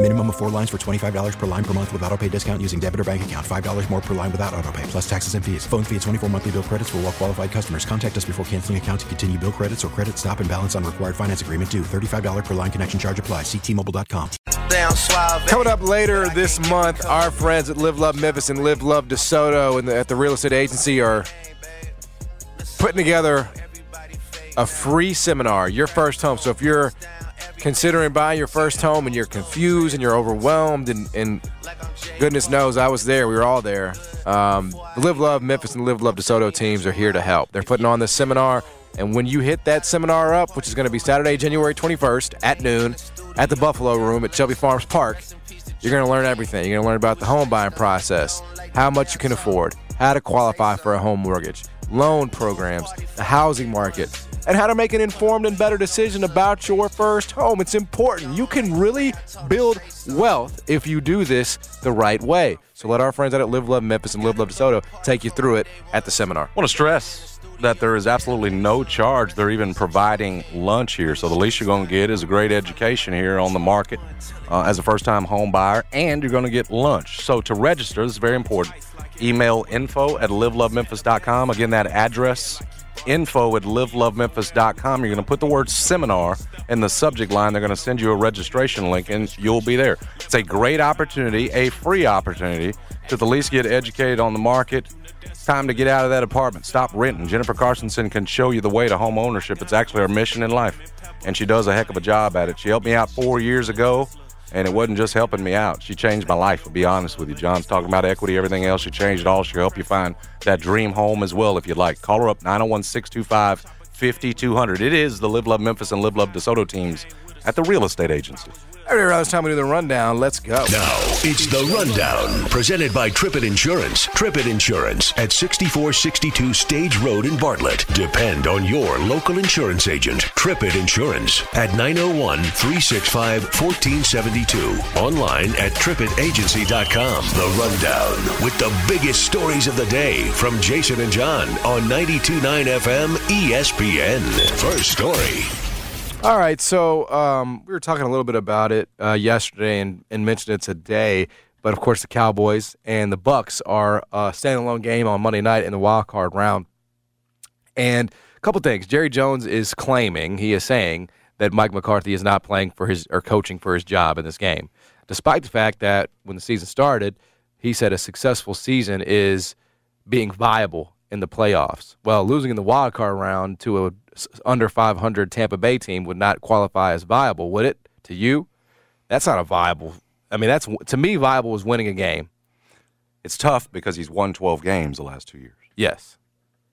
Minimum of four lines for $25 per line per month with auto pay discount using debit or bank account. $5 more per line without auto pay, plus taxes and fees. Phone fee at 24 monthly bill credits for all well qualified customers. Contact us before canceling account to continue bill credits or credit stop and balance on required finance agreement due. $35 per line connection charge applies. Ctmobile.com. Coming up later this month, our friends at Live Love Memphis and Live Love DeSoto and at the real estate agency are putting together a free seminar, your first home. So if you're considering buying your first home and you're confused and you're overwhelmed and, and goodness knows i was there we were all there um, live love memphis and live love desoto teams are here to help they're putting on this seminar and when you hit that seminar up which is going to be saturday january 21st at noon at the buffalo room at chubby farms park you're going to learn everything you're going to learn about the home buying process how much you can afford how to qualify for a home mortgage loan programs the housing market and how to make an informed and better decision about your first home. It's important. You can really build wealth if you do this the right way. So let our friends out at Live Love Memphis and Live Love DeSoto take you through it at the seminar. I want to stress that there is absolutely no charge. They're even providing lunch here. So the least you're going to get is a great education here on the market uh, as a first time home buyer, and you're going to get lunch. So to register, this is very important. Email info at livelovememphis.com. Again, that address info at livelovememphis.com. You're going to put the word seminar in the subject line. They're going to send you a registration link and you'll be there. It's a great opportunity, a free opportunity to at least get educated on the market. It's time to get out of that apartment. Stop renting. Jennifer Carsonson can show you the way to home ownership. It's actually her mission in life, and she does a heck of a job at it. She helped me out four years ago and it wasn't just helping me out. She changed my life, I'll be honest with you. John's talking about equity, everything else. She changed it all. She'll help you find that dream home as well if you'd like. Call her up 901 625 5200. It is the Live Love Memphis and Live Love DeSoto teams at the real estate agency. Every around this time we do the rundown, let's go. Now it's the rundown presented by Trippett Insurance. Trippett Insurance at 6462 Stage Road in Bartlett. Depend on your local insurance agent, Trippett Insurance, at 901 365 1472. Online at trippettagency.com. The rundown with the biggest stories of the day from Jason and John on 929 FM ESPN. First story. All right, so um, we were talking a little bit about it uh, yesterday and, and mentioned it today. But of course, the Cowboys and the Bucks are a standalone game on Monday night in the wild card round. And a couple things: Jerry Jones is claiming he is saying that Mike McCarthy is not playing for his or coaching for his job in this game, despite the fact that when the season started, he said a successful season is being viable in the playoffs. Well, losing in the wild card round to a under 500 Tampa Bay team would not qualify as viable, would it? To you, that's not a viable. I mean, that's to me viable is winning a game. It's tough because he's won 12 games the last two years. Yes,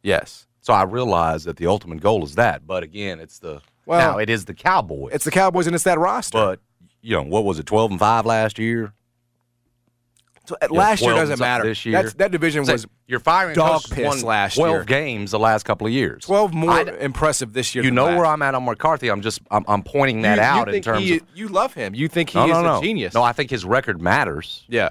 yes. So I realize that the ultimate goal is that, but again, it's the well, now it is the Cowboys. It's the Cowboys and it's that roster. But you know what was it 12 and five last year? So last year doesn't matter. This year, That's, that division so was you're firing dog piss last twelve year. games the last couple of years. Twelve more I'd, impressive this year. You know last. where I'm at on McCarthy. I'm just I'm, I'm pointing that you, out you in terms he, of you love him. You think he no, is no, no. a genius? No, I think his record matters. Yeah,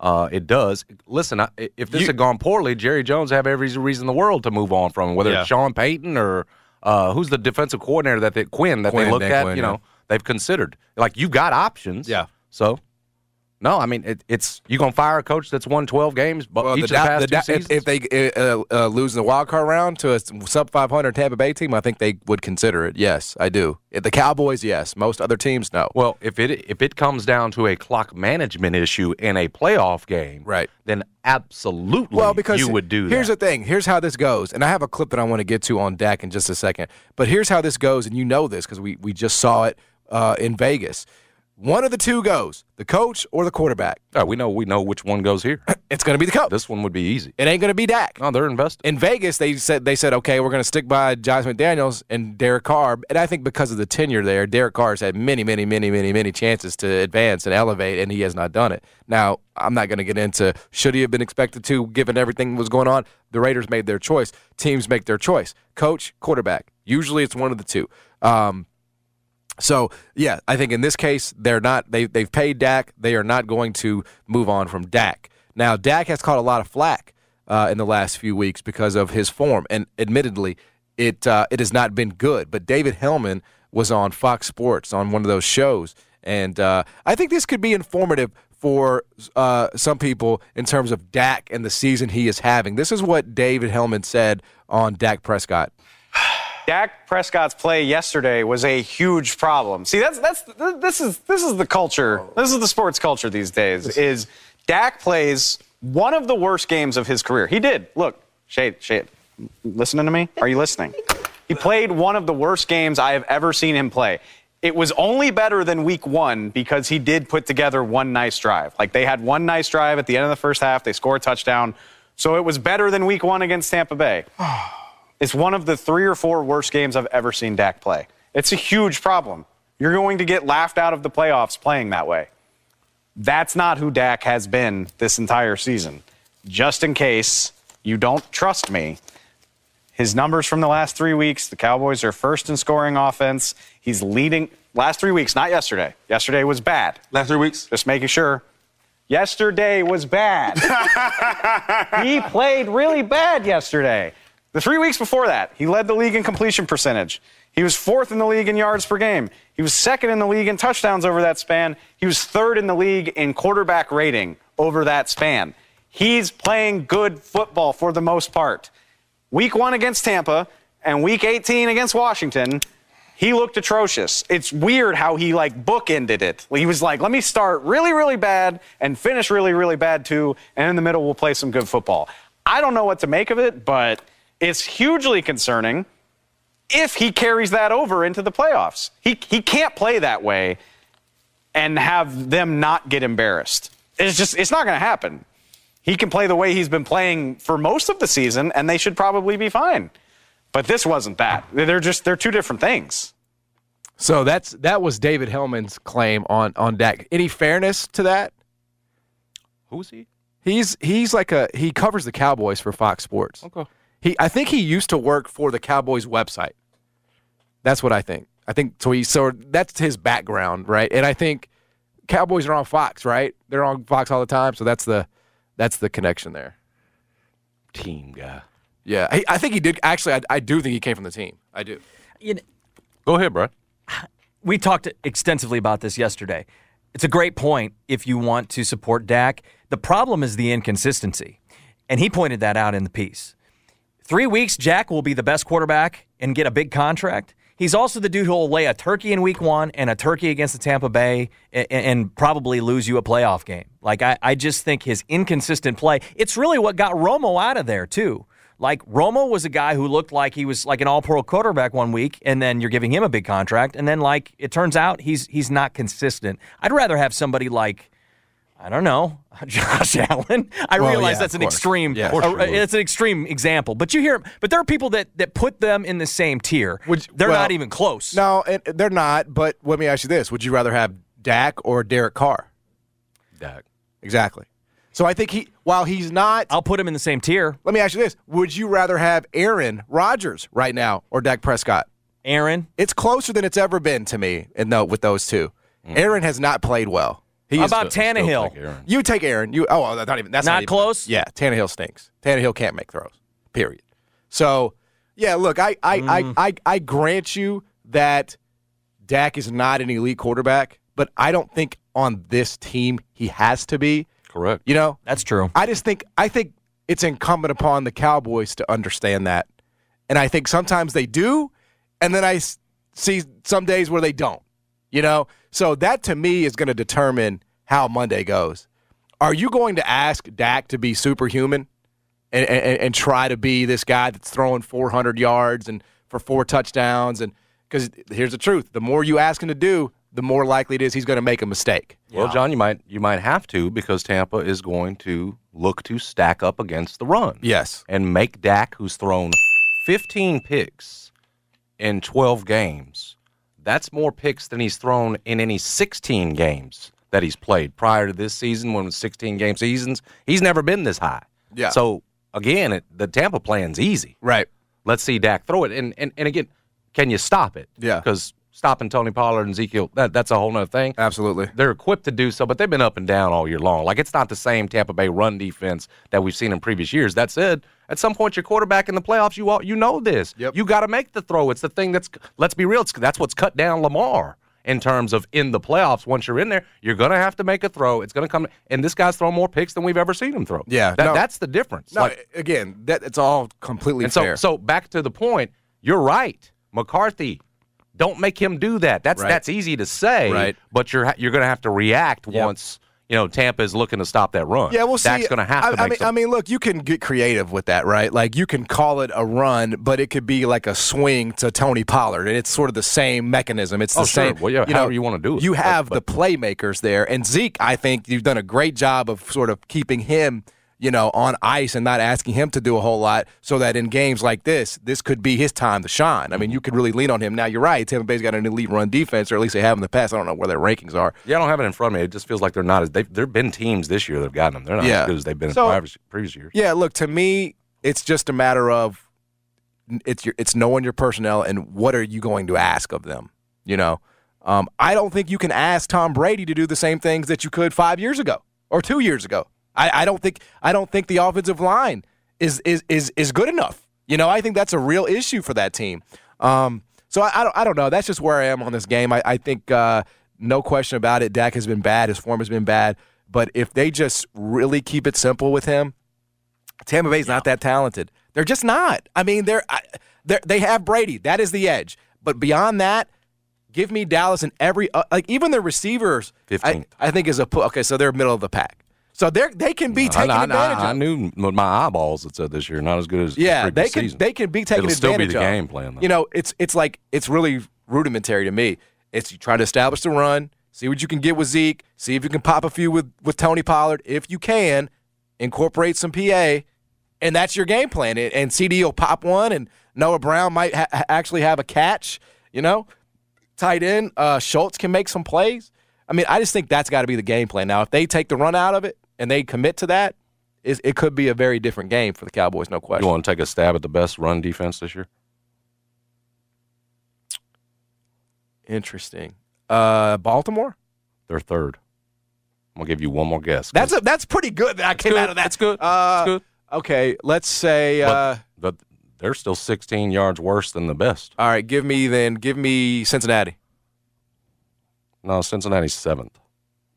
uh, it does. Listen, I, if this You- had gone poorly, Jerry Jones have every reason in the world to move on from him. Whether Yeah. it's Sean Payton or uh, who's the defensive coordinator that they, Quinn that Quinn, they looked Dan at, Quinn, you yeah. know, they've considered. Like you've got options. Yeah. So No, I mean it, it's you gonna fire a coach that's won twelve games, but Well, each the of the Dow- past the two Dow- seasons. if, if they uh, uh, lose in the wild card round to a sub 500 Tampa Bay team, I think they would consider it. Yes, I do. If The Cowboys, yes. Most other teams, no. well, if it if it comes down to a clock management issue in a playoff game, Right. Then absolutely, Well, because you would do Here's that. the thing. Here's how this goes, and I have a clip that I want to get to on deck in just a second. But here's how this goes, and you know this because we we just saw it uh, in Vegas. One of the two goes, the coach or the quarterback. Oh, we know we know which one goes here. It's going to be the coach. this one would be easy. It ain't going to be Dak. No, they're invested. in Vegas, they said they said, okay, we're going to stick by Josh McDaniels and Derek Carr, and I think because of the tenure there, Derek Carr's had many, many, many, many, many chances to advance and elevate, and he has not done it. Now, I'm not going to get into should he have been expected to, given everything that was going on. The Raiders made their choice. Teams make their choice. Coach, quarterback. Usually, it's one of the two. Um, so yeah, I think in this case they're not they they've paid Dak. They are not going to move on from Dak. Now Dak has caught a lot of flack uh, in the last few weeks because of his form, and admittedly, it uh, it has not been good. But David Hellman was on Fox Sports on one of those shows, and uh, I think this could be informative for uh, some people in terms of Dak and the season he is having. This is what David Hellman said on Dak Prescott. Dak Prescott's play yesterday was a huge problem. See, that's that's th- this is this is the culture. This is the sports culture these days. Is Dak plays one of the worst games of his career. He did. Look, shade, shade. Listening to me? Are you listening? He played one of the worst games I have ever seen him play. It was only better than week one because he did put together one nice drive. Like they had one nice drive at the end of the first half, they score a touchdown. So it was better than week one against Tampa Bay. It's one of the three or four worst games I've ever seen Dak play. It's a huge problem. You're going to get laughed out of the playoffs playing that way. That's not who Dak has been this entire season. Just in case you don't trust me, his numbers from the last three weeks the Cowboys are first in scoring offense. He's leading last three weeks, not yesterday. Yesterday was bad. Last three weeks. Just making sure. Yesterday was bad. he played really bad yesterday. The three weeks before that, he led the league in completion percentage. He was fourth in the league in yards per game. He was second in the league in touchdowns over that span. He was third in the league in quarterback rating over that span. He's playing good football for the most part. Week one against Tampa and week 18 against Washington, he looked atrocious. It's weird how he like bookended it. He was like, let me start really, really bad and finish really, really bad too, and in the middle we'll play some good football. I don't know what to make of it, but it's hugely concerning if he carries that over into the playoffs. He he can't play that way and have them not get embarrassed. It's just it's not gonna happen. He can play the way he's been playing for most of the season, and they should probably be fine. But this wasn't that. They're just they're two different things. So that's that was David Hellman's claim on on Dak. Any fairness to that? Who is he? He's he's like a he covers the Cowboys for Fox Sports. Okay. He I think he used to work for the Cowboys website. That's what I think. I think so he so that's his background, right? And I think Cowboys are on Fox, right? They're on Fox all the time, so that's the that's the connection there. Team guy. Yeah, I, I think he did. Actually, I, I do think he came from the team. I do. You know, Go ahead, bro. we talked extensively about this yesterday. It's a great point if you want to support Dak. The problem is the inconsistency. And he pointed that out in the piece. Three weeks, Jack will be the best quarterback and get a big contract. He's also the dude who will lay a turkey in week one and a turkey against the Tampa Bay and, and probably lose you a playoff game. Like, I, I just think his inconsistent play, it's really what got Romo out of there, too. Like, Romo was a guy who looked like he was like an all pro quarterback one week, and then you're giving him a big contract. And then, like, it turns out he's he's not consistent. I'd rather have somebody like, I don't know, Josh Allen. I Well, realize yeah, that's of an course. extreme. Yeah, a- for sure. it's an extreme example, but you hear, but there are people that that put them in the same tier. Would- They're well, not even close. No, and they're not. But let me ask you this: Would you rather have Dak or Derek Carr? Dak. Exactly. So I think he, while he's not, I'll put them in the same tier. let me ask you this: Would you rather have Aaron Rodgers right now or Dak Prescott? Aaron, It's closer than it's ever been to me. And no, with those two, Aaron has not played well. He how is- about Mm. Still Tannehill? take Aaron. you take Aaron. You oh, well, that's not even that's not, Not even- close? Yeah, Tannehill stinks. Tannehill can't make throws. Period. So yeah, look, I I Mm. I, I I grant you that Dak is not an elite quarterback, but I don't think on this team, he has to be. Correct. You know, That's true. I just think I think it's incumbent upon the Cowboys to understand that, and I think sometimes they do, and then I s- see some days where they don't. You know, so that to me is going to determine how Monday goes. Are you going to ask Dak to be superhuman and, and and try to be this guy that's throwing 400 yards and for four touchdowns? And because here's the truth: the more you ask him to do, the more likely it is he's going to make a mistake. Well, John, you might you might have to because Tampa is going to look to stack up against the run. Yes. And make Dak, who's thrown 15 picks in 12 games, that's more picks than he's thrown in any 16 games that he's played prior to this season. When it was 16 game seasons, he's never been this high. Yeah. So again, it, the Tampa plan's easy. Right. Let's see Dak throw it. And and, and again, can you stop it? Yeah. Because stopping Tony Pollard and Ezekiel, that, that's a whole nother thing. Absolutely. They're equipped to do so, but they've been up and down all year long. Like it's not the same Tampa Bay run defense that we've seen in previous years. That said, at some point your quarterback in the playoffs, you all, you know this. Yep. You got to make the throw. It's the thing that's let's be real. It's, that's what's cut down Lamar in terms of in the playoffs. Once you're in there, you're gonna have to make a throw. It's gonna come, and this guy's thrown more picks than we've ever seen him throw. Yeah, That- no. that's the difference. No, Like, again, that it's all completely and so, fair. so back to the point, you're right, McCarthy. Don't make him do that. That's Right. that's easy to say, Right. but you're ha- you're going to have to react once you know Tampa is looking to stop that run. yeah, we'll see. Dak's going to have I, to make I mean, some- I mean, look, you can get creative with that, right? Like you can call it a run, but it could be like a swing to Tony Pollard, and it's sort of the same mechanism. It's the Oh, sure. same. Well, yeah, you however you wanna do it. You But- have but- the playmakers there, and Zeke. I think you've done a great job of sort of keeping him. You know, on ice and not asking him to do a whole lot, so that in games like this, this could be his time to shine. I Mm-hmm. mean, you could really lean on him. Now, you're right. Tampa Bay's got an elite run defense, or at least they have in the past. I don't know where their rankings are. yeah, I don't have it in front of me. It just feels like they're not as they've there've been teams this year that've gotten them. They're not Yeah. as good as they've been So- in previous, previous years. Yeah, look, to me, it's just a matter of it's your it's knowing your personnel and what are you going to ask of them. You know, um, I don't think you can ask Tom Brady to do the same things that you could five years ago or two years ago. I, I don't think I don't think the offensive line is is is is good enough. You know, I think that's a real issue for that team. Um, so I, I don't I don't know. That's just where I am on this game. I, I think uh, no question about it. Dak has been bad. His form has been bad. But if they just really keep it simple with him, Tampa Bay's not that talented. They're just not. I mean, they're, I- they're they have Brady. That is the edge. But beyond that, give me Dallas and every uh, like even their receivers. I- 15th. I, think is a pu- okay. So they're middle of the pack. So they are they can be I, taken I, advantage I, I of. knew with my eyeballs that said this year not as good as the Yeah, they previous can season. they can be taken It'll still be advantage the of. game plan, though. You know, it's it's like it's really rudimentary to me. It's you try to establish the run, see what you can get with Zeke, see if you can pop a few with with Tony Pollard. If you can, incorporate some PA, and that's your game plan. And, and CD will pop one, and Noah Brown might ha- ha- actually have a catch. You know, tight end uh, Schultz can make some plays. I mean, I just think that's got to be the game plan. Now, if they take the run out of it and they commit to that, it, it could be a very different game for the Cowboys, no question. you want to take a stab at the best run defense this year? Interesting. Uh, Baltimore. They're third. I'm gonna give you one more guess. That's a, that's pretty good that I came good. out of that. That's Uh, good. That's good. Okay, let's say. Uh, but, but they're still 16 yards worse than the best. all right, give me then. Give me Cincinnati. No, Cincinnati's seventh.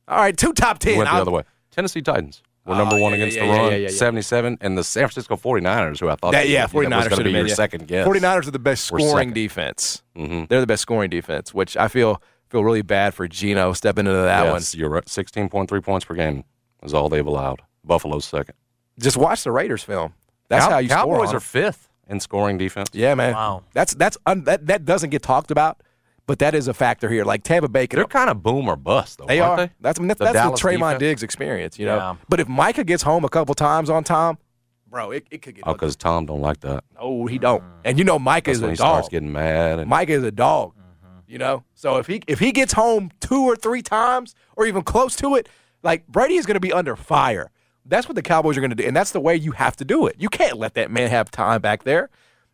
All right, two top ten. Oh, We went the I'll- other way. Tennessee Titans were number one against the run, 77, and the San Francisco 49ers, who I thought That, yeah, that was 49ers going to should have be your been, yeah. second guess. 49ers are the best We're scoring second. defense. Mhm. They're the best scoring defense, which I feel feel really bad for Gino stepping into that one. Yes, you're right. 16.3 points per game is all they've allowed. Buffalo's second. Just watch the Raiders film. That's Cow- how you score. Cowboys on them. are fifth in scoring defense. yeah, man. Wow. That's that's un- that that doesn't get talked about, but that is a factor here. Like Tampa Bay, could They're kind of boom or bust, though, They aren't are. they? That's I mean, that's The the, that's Dallas the Traymond defense? Diggs experience, you know. Yeah. But if Micah gets home a couple times on time, bro, it, it could get. Oh, because Tom don't like that. no, he don't. And you know, Micah That's is when a he starts dog. getting mad. And Micah is a dog. You know, so if he if he gets home two or three times or even close to it, like Brady is going to be under fire. That's what the Cowboys are going to do, and that's the way you have to do it. You can't let that man have time back there.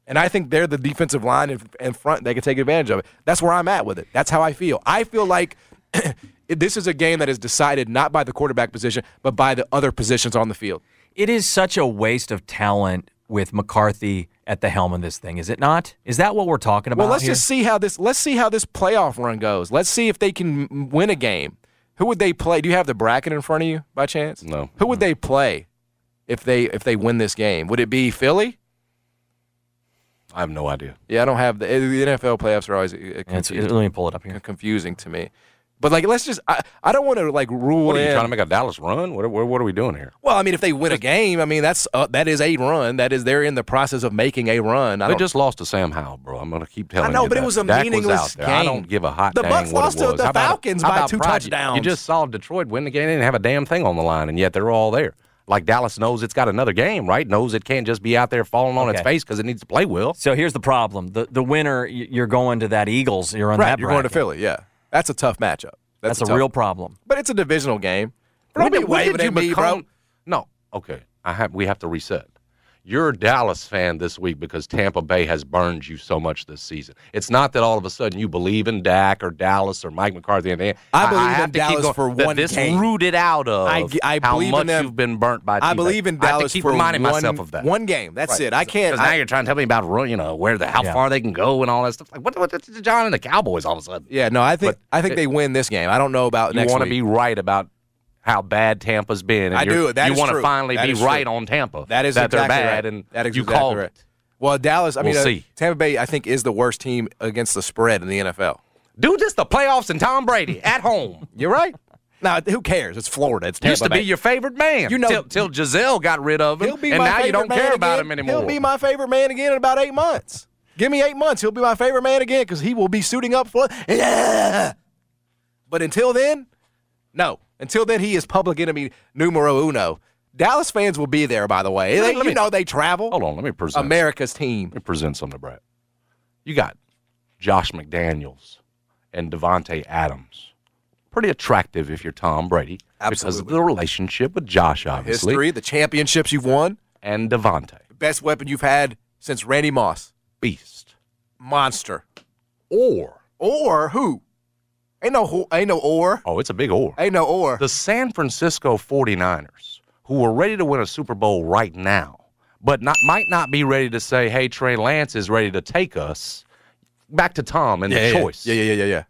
And I think they're the defensive line in, in front that can take advantage of it. That's where I'm at with it. That's how I feel. I feel like this is a game that is decided not by the quarterback position, but by the other positions on the field. It is such a waste of talent with McCarthy at the helm of this thing, is it not? Is that what we're talking about? Well, let's here? just see how this. Let's see how this playoff run goes. Let's see if they can m- win a game. Who would they play? Do you have the bracket in front of you by chance? No. Who would they play if they if they win this game? Would it be Philly? I have no idea. Yeah, I don't have the, the NFL playoffs are always uh, confusing, It's, let me pull it up here. confusing to me. But like, let's just I, I don't want to like rule What are you in- trying to make a Dallas run? What, are- what, what are we doing here? Well, I mean, if they win a game, I mean that's uh, that is a run. That is they're in the process of making a run. I They don't, just lost to Sam Howell, bro. I'm going to keep telling I you. know, but it that. was a Dak meaningless was out there. I game. don't give a hot The dang Bucks what it lost to was. the How about- Falcons how by about two pride? touchdowns. You just saw Detroit win the game. They didn't have a damn thing on the line, and yet they're all there. Like Dallas knows it's got another game, right? Knows it can't just be out there falling on its Okay. face because it needs to play well. So here's the problem: the the winner, y- you're going to that Eagles. You're on that. you're going to bracket. Philly. Yeah, that's a tough matchup. That's, tough- a real problem. but it's a divisional game. When Don't did- be when waving did at you me, bro. become- No, okay. I have. We have to reset. You're a Dallas fan this week because Tampa Bay has burned you so much this season. It's not that all of a sudden you believe in Dak or Dallas or Mike McCarthy. And anything. I believe in have to keep Dallas going- for that one This game. rooted out of I g- I how believe in much them. you've been burnt by. I T-Bay. believe in I have Dallas to keep for reminding one, myself of that. One game. That's it. I can't. Because now I- you're trying to tell me about you know where the how Yeah. far they can go and all that stuff. Like what? What's the John and the Cowboys all of a sudden? yeah, no. I think But I think they win this game. I don't know about you next want to week. be right about how bad Tampa's been. And I you're- do. That you is want to true. finally That be is true. right on Tampa. That is that exactly they're bad right. and that is you exactly called right. it. Well, Dallas. I We'll mean, uh, see. Tampa Bay. I think is the worst team against the spread in the NFL. Do this the playoffs and Tom Brady at home. You're right. now, who cares? It's Florida. It's Tampa Used to Bay. be your favorite man. You know- till, till Giselle got rid of him, He'll be and my now you favorite don't man care about him again. anymore. He'll be my favorite man again in about eight months. Give me eight months. He'll be my favorite man again because he will be suiting up for. Yeah. But until then, no. Until then, he is public enemy numero uno. Dallas fans will be there, by the way. Let They, me- let you me- know they travel. Hold on, let me present. America's team. Let me present something, to Brad. You got Josh McDaniels and Devontae Adams. Pretty attractive if you're Tom Brady because of Absolutely. the relationship with Josh, obviously, History, the championships you've won, and Devontae. best weapon you've had since Randy Moss. Beast. Monster. Or Or who? Ain't no who, ain't no or. oh, it's a big or. Ain't no or. The San Francisco 49ers, who are ready to win a Super Bowl right now, but not might not be ready to say, "Hey, Trey Lance is ready to take us." Back to Tom and the choice. Yeah, yeah, yeah, yeah, yeah.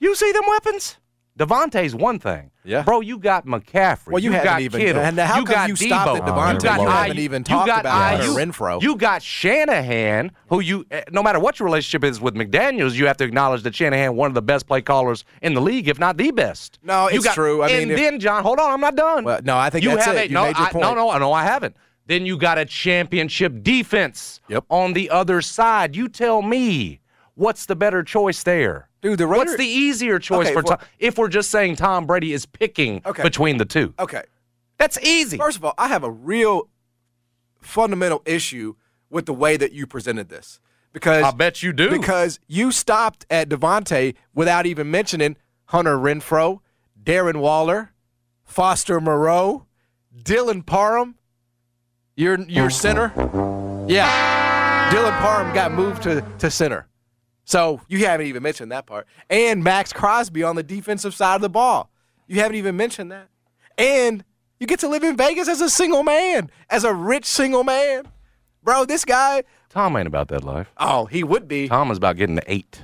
You see them weapons? Devontae's one thing. Yeah. Bro, you got McCaffrey. Well, you got haven't even- Kittle. and how you come got you Debo. stopped at Devontae? You got You haven't IU. even You talked got about IU. Renfro. You got Shanahan, who you, eh, no matter what your relationship is with McDaniels, you have to acknowledge that Shanahan, one of the best play callers in the league, if not the best. No, You it's true. I and mean, if- then, John, hold on, I'm not done. Well, no, I think you that's have it. A, You no, made your I- point. no, no, no, I haven't. Then you got a championship defense Yep. on the other side. You tell me what's the better choice there? Dude, the What's Raiders- the easier choice Okay, for well- Tom? If we're just saying Tom Brady is picking Okay. between the two, Okay. that's easy. First of all, I have a real fundamental issue with the way that you presented this because I bet you do. Because you stopped at Devontae without even mentioning Hunter Renfro, Darren Waller, Foster Moreau, Dylan Parham, your your center. Yeah, Dylan Parham got moved to to center. So you haven't even mentioned that part. And Max Crosby on the defensive side of the ball. You haven't even mentioned that. And you get to live in Vegas as a single man, as a rich single man. Bro, this guy, Tom ain't about that life. oh, he would be. Tom is about getting to eight.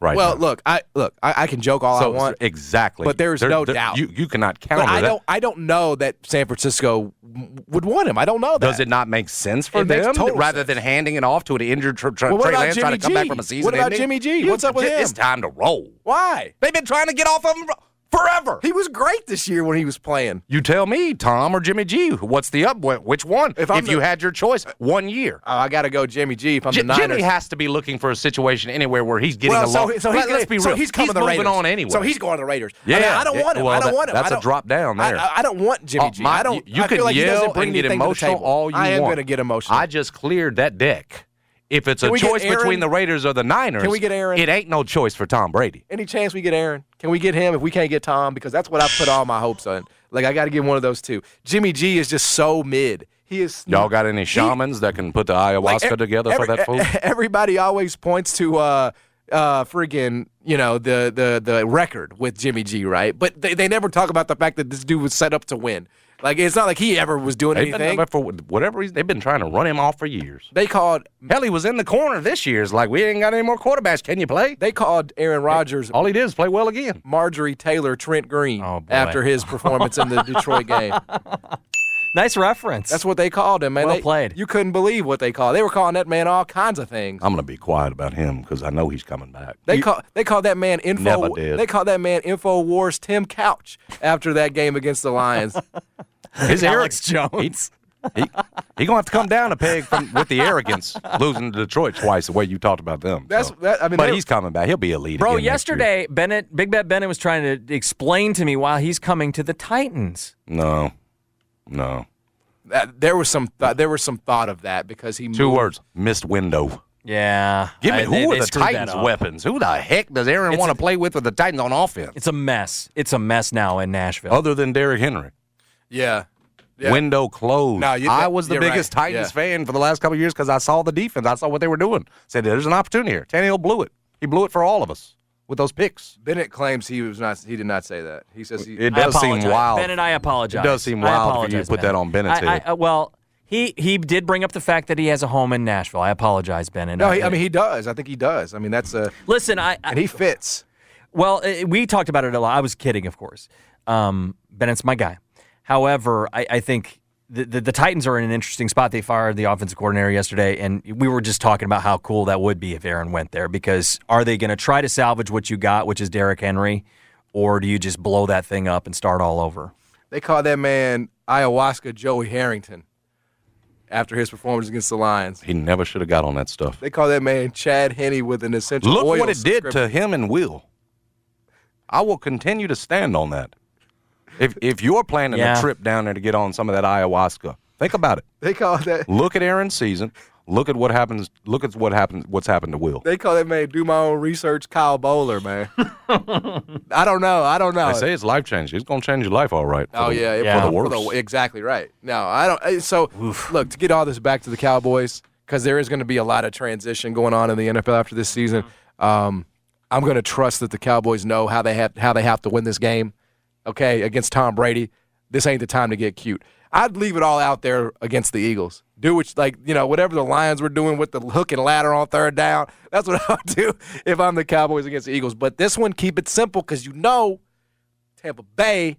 Right. Well, now. look, I look, I, I can joke all so I want. exactly. But there's no doubt. you you cannot count but on I that. don't I don't know that San Francisco w- would want him. I don't know that. Does it not make sense for It makes them total rather sense. than handing it off to an injured tr- tr- Well, what Trey about Lance trying to Jimmy come back G? from a season? What about ending? Jimmy G? You- What's up with It's him? time to roll. Why? They've been trying to get off of him forever. He was great this year when he was playing. You tell me, Tom or Jimmy G, what's the up? wh- Which one? If I'm the- you had your choice, one year. Oh, I got to go Jimmy G if I'm J- the Niners. Jimmy has to be looking for a situation anywhere where he's getting well, a long. so, so he's Let, us be real. so he's coming to the moving Raiders. on anyway. So he's going to the Raiders. I, mean, Yeah. I don't Yeah, want him. well, I don't that- want him. that's I a don't- drop down there. I, I- I don't want Jimmy Oh, G. my- I don't. You, you I can feel like he yell doesn't bring and get anything to the emotional table. all you I am want. going to get emotional. I just cleared that deck. If it's Can a we get choice Aaron? between the Raiders or the Niners, Can we get Aaron? It ain't no choice for Tom Brady. Any chance we get Aaron? Can we get him if we can't get Tom? Because that's what I put all my hopes on. Like I got to get one of those two. Jimmy G is just so mid. He is. Y'all got any he- shamans that can put the ayahuasca like, e- together every- for that fool? e- Everybody always points to uh uh friggin' you know the the the record with Jimmy G, right? But they, they never talk about the fact that this dude was set up to win. Like it's not like he ever was doing They've been anything. for whatever reason. They've been trying to run him off for years. They called Hell, he was in the corner this year. It's like we ain't got any more quarterbacks. Can you play? they called Aaron Rodgers All he did is play well again. Marjorie Taylor Trent Green Oh, boy. after his performance in the Detroit game. Nice reference. That's what they called him, man. Well They- played. You couldn't believe what they called. They were calling that man all kinds of things. I'm gonna be quiet about him because I know he's coming back. They call they called that man info. Never did. They called that man info wars Tim Couch after that game against the Lions. his Alex Jones. arrogance- He, he, he gonna have to come down a peg from, with the arrogance losing to Detroit twice the way you talked about them. That's- that- I mean, but they- he's coming back. He'll be a leader. Bro, Oh, yesterday, Bennett, Big Bet Bennett was trying to explain to me why he's coming to the Titans. No, no. That- there was some th- there was some thought of that because he Two moved. words: missed window. Yeah. Give me I- who they- are they the screwed that Titans' up. weapons? Who the heck does Aaron It's want a- to play with with the Titans on offense? It's a mess. It's a mess now in Nashville. Other than Derrick Henry, Yeah, Yeah. window closed. No, you- I was the you're right. biggest Titans Yeah. fan for the last couple of years because I saw the defense. I saw what they were doing. Said there's an opportunity here. Tannehill blew it. He blew it for all of us with those picks. Bennett claims he was not. He did not say that. He says he. It I does seem apologize. wild. Bennett, I apologize. It does seem I wild for you to apologize, put that on Bennett's I- head. I- uh, well, he, he did bring up the fact that he has a home in Nashville. I apologize, Bennett. no, Oh, he, I mean he does. I think he does. I mean that's a listen, I, I and he fits. Well, uh, we talked about it a lot. I was kidding, of course. Um, Bennett's my guy. However, I, I think the, the, the Titans are in an interesting spot. They fired the offensive coordinator yesterday, and we were just talking about how cool that would be if Aaron went there because are they going to try to salvage what you got, which is Derrick Henry, or do you just blow that thing up and start all over? They called that man ayahuasca Joey Harrington after his performance against the Lions. He never should have got on that stuff. They call that man Chad Henney with an essential Look oil what it did subscription. to him and Will. I will continue to stand on that. If if you're planning Yeah. a trip down there to get on some of that ayahuasca, think about it. They call that Look at Aaron's season. Look at what happens. Look at what happens. What's happened to Will? They call that man do my own research, Kyle Bowler, man. I don't know. I don't know. They say it's life changing. It's gonna change your life, all right. for oh the- yeah, it- Yeah. for the for worse. the- exactly right. No, I don't. eh, So look, to get all this back to the Cowboys, because there is going to be a lot of transition going on in the NFL after this season. Mm-hmm. Um, I'm going to trust that the Cowboys know how they have how they have to win this game. Okay, against Tom Brady, this ain't the time to get cute. I'd leave it all out there against the Eagles. Do what, like you know, whatever the Lions were doing with the hook and ladder on third down. That's what I would do if I'm the Cowboys against the Eagles. But this one, keep it simple, because you know, Tampa Bay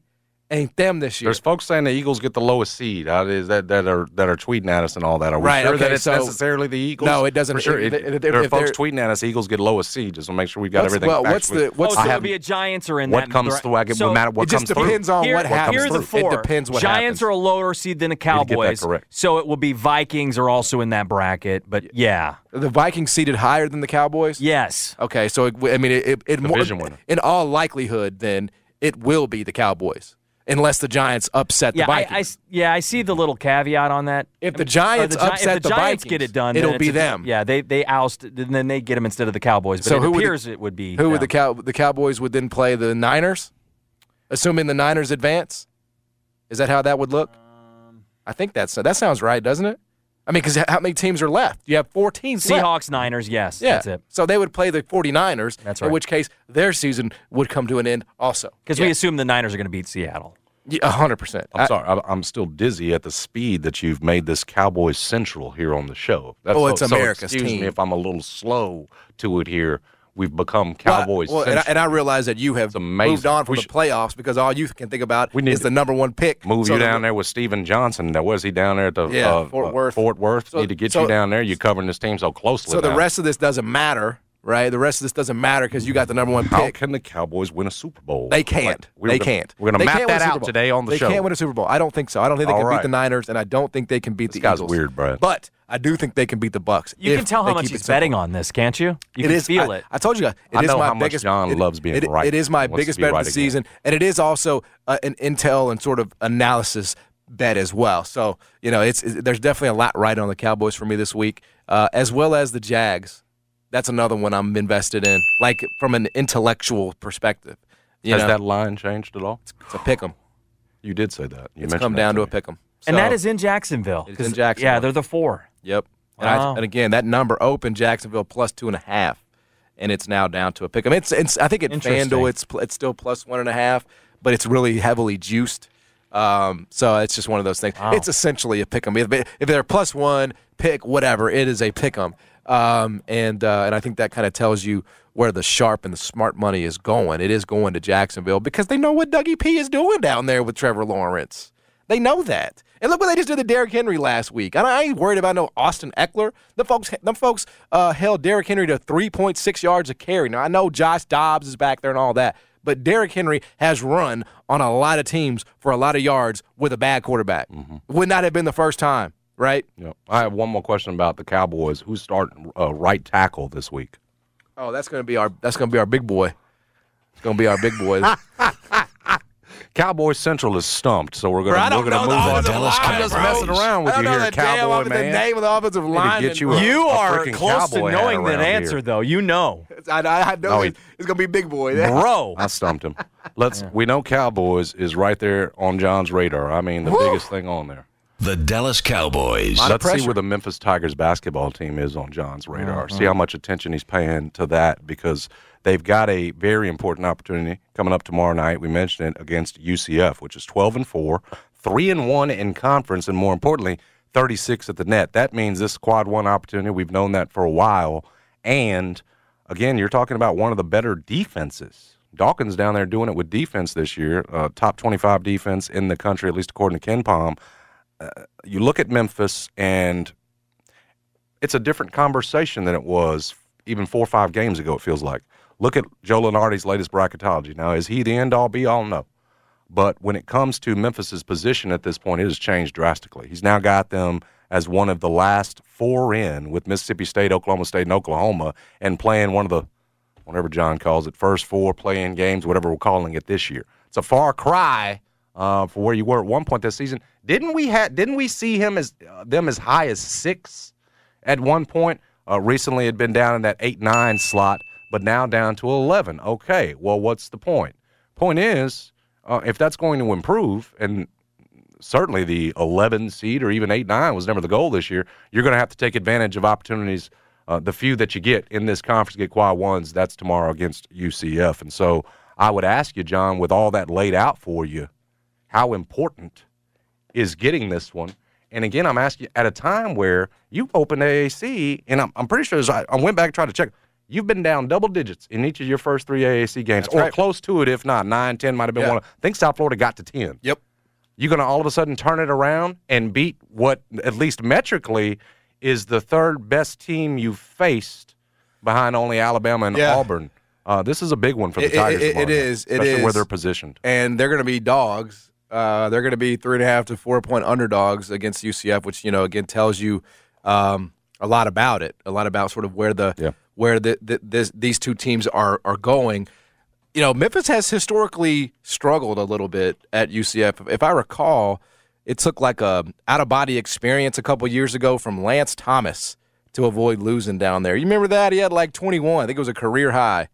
ain't them this year. There's folks saying the Eagles get the lowest seed. Uh, is that that are that are tweeting at us and all that? Are we Right, sure okay, that it's so- necessarily the Eagles? No, it doesn't- For sure, if- it, if- if- there are if folks they're- tweeting at us. Eagles get lowest seed. Just to make sure we've got What's- everything. well, what's factually- the- what's oh, so I it'll haven't- be a Giants or in what that comes thre- through? I get, So no matter what It just comes through. depends on here, what happens. Here are the It four. depends what Giants happens. are a lower seed than the that Cowboys. correct. So it will be Vikings are also in that bracket. But yeah, the Vikings seated higher than the Cowboys. yes. Okay, so it, I mean, it, it, it more, Division winner. in all likelihood, then it will be the Cowboys unless the Giants upset Yeah, the I, Vikings. I s- yeah, I see the little caveat on that. If I the mean, or Giants Gi- upset if the, the Giants Vikings, get it done, it'll then be it's a- them. Yeah, they they oust, and then they get them instead of the Cowboys. But So it who would the- appears it would be Who would them. the cow, the Cowboys would then play the Niners, assuming the Niners advance? Is that how that would look? Um, I think that's that sounds right, doesn't it? I mean, because how many teams are left? You have four teams. left. Seahawks, Niners? Yes, Yeah. that's it. So they would play the 49ers, That's in right. which case their season would come to an end also. Because we assume the Niners are going to beat Seattle. Yeah, 100%. I'm I- sorry, I, I'm still dizzy at the speed that you've made this Cowboys Central here on the show. That's Oh, it's so, so America's excuse team. me if I'm a little slow to it here. We've become Cowboys Well, and, I, Central. and I realize that you have amazing. moved on from We the should- playoffs because all you can think about We need is the to number one pick. Move So you the- down there with Steven Johnson. Now, was he down there at the Yeah, uh, Fort uh, Worth. Fort Worth. So- Need to get so- you down there. You're covering this team so closely. So the now. rest of this doesn't matter, right? The rest of this doesn't matter because you got the number one How pick. can the Cowboys win a Super Bowl? They can't. Like, we're they gonna- can't. We're going They to map can't win a that Super out Bowl. today on the they show. can't win a Super Bowl. I don't think so. I don't think they All can beat right. the Niners, and I don't think they can beat the guy's Eagles. weird, Brad. But I do think they can beat the Bucks. You if can tell how they much keep he's it simple. betting on this, can't you? You It can is- feel I, it. I told you guys. it is I know my how much biggest, John it- loves being it- right. It is my Wants to biggest be bet right of the again. season, and it is also uh, an intel and sort of analysis bet as well. So you know, it's, it- there's definitely a lot right on the Cowboys for me this week, uh, as well as the Jags. That's another one I'm invested in, like from an intellectual perspective. You Has know, that line changed at all? to pick 'em. You did say that. You It's mentioned come that down to a me. pick 'em. and that So, is in Jacksonville. It is 'Cause- in Jacksonville. Yeah, they're the four. Yep. And, I, Wow. and again, that number opened Jacksonville plus two and a half, and it's now down to a pick 'em. It's, it's I think at Interesting. FanDuel it's pl- it's still plus one and a half, but it's really heavily juiced. Um, so it's just one of those things. It's essentially a pick 'em. If, if they're plus one pick, whatever, it is a pick 'em. Um, and uh, and I think that kind of tells you where the sharp and the smart money is going. It is going to Jacksonville because they know what Dougie P is doing down there with Trevor Lawrence. They know that. And look what they just did to Derrick Henry last week. And I ain't worried about no Austin Eckler. The folks, them folks uh, held Derrick Henry to 3.6 yards a carry. Now I know Josh Dobbs is back there and all that, but Derrick Henry has run on a lot of teams for a lot of yards with a bad quarterback. Mm-hmm. Would not have been the first time, right? Yep. I have one more question about the Cowboys. Who's starting uh, right tackle this week? Oh, that's gonna be our that's gonna be our big boy. It's gonna be our big boy. Cowboys Central is stumped, so we're Bro, I gonna don't we're gonna know move the on. offensive line, I'm just bro. messing around with I you don't know here, the damn Cowboy offensive man. name of the offensive Need to line. get you a- You a are freaking close to cowboy hat knowing that around answer, here. though. You know, I, I know No, he- it's, it's gonna be big boy. bro. I stumped him. Let's. We know Cowboys is right there on John's radar. I mean, the biggest thing on there. The Dallas Cowboys. Let's see where the Memphis Tigers basketball team is on John's radar. See how much attention he's paying to that because they've got a very important opportunity coming up tomorrow night. We mentioned it against UCF, which is 12 and 4, 3 and 1 in conference, and more importantly, 36 at the net. That means this quad one opportunity, we've known that for a while. And again, you're talking about one of the better defenses. Dawkins down there doing it with defense this year, uh, top 25 defense in the country, at least according to Ken Palm you look at Memphis and it's a different conversation than it was even four or five games ago, it feels like. Look at Joe Lenardi's latest bracketology. Now, is he the end all be all? No. But when it comes to Memphis's position at this point, it has changed drastically. He's now got them as one of the last four in with Mississippi State, Oklahoma State, and Oklahoma, and playing one of the whatever John calls it, first four play-in games, whatever we're calling it this year. It's a far cry uh, for where you were at one point this season. Didn't we ha- Didn't we see him as uh, them as high as six at one point? Uh, recently, had been down in that eight nine slot, but now down to eleven. Okay, well, what's the point? Point is, uh, if that's going to improve, and certainly the 11 seed or even 8 9 was never the goal this year. You're going to have to take advantage of opportunities, uh, the few that you get in this conference, get quad ones. That's tomorrow against UCF. And so I would ask you, John, with all that laid out for you, how important is getting this one? And again, I'm asking you at a time where you opened AAC, and I'm, I'm pretty sure as I, I went back and tried to check. You've been down double digits in each of your first three AAC games, or right. close to it, if not nine, ten might have been Yeah. one. Of, I think South Florida got to ten Yep. you're going to all of a sudden turn it around and beat what, at least metrically, is the third best team you've faced behind only Alabama and Yeah. Auburn. Uh, this is a big one for the It- it- Tigers. it- it tomorrow night, is, it especially where is. they're positioned. and they're going to be dogs. Uh, they're going to be three and a half to four point underdogs against UCF, which you know again tells you um, a lot about it, a lot about sort of where the Yeah. where the, the this, these two teams are are going. You know, Memphis has historically struggled a little bit at UCF. If I recall, it took like a out of body experience a couple years ago from Lance Thomas to avoid losing down there. You remember that? He had like 21. I think it was a career high.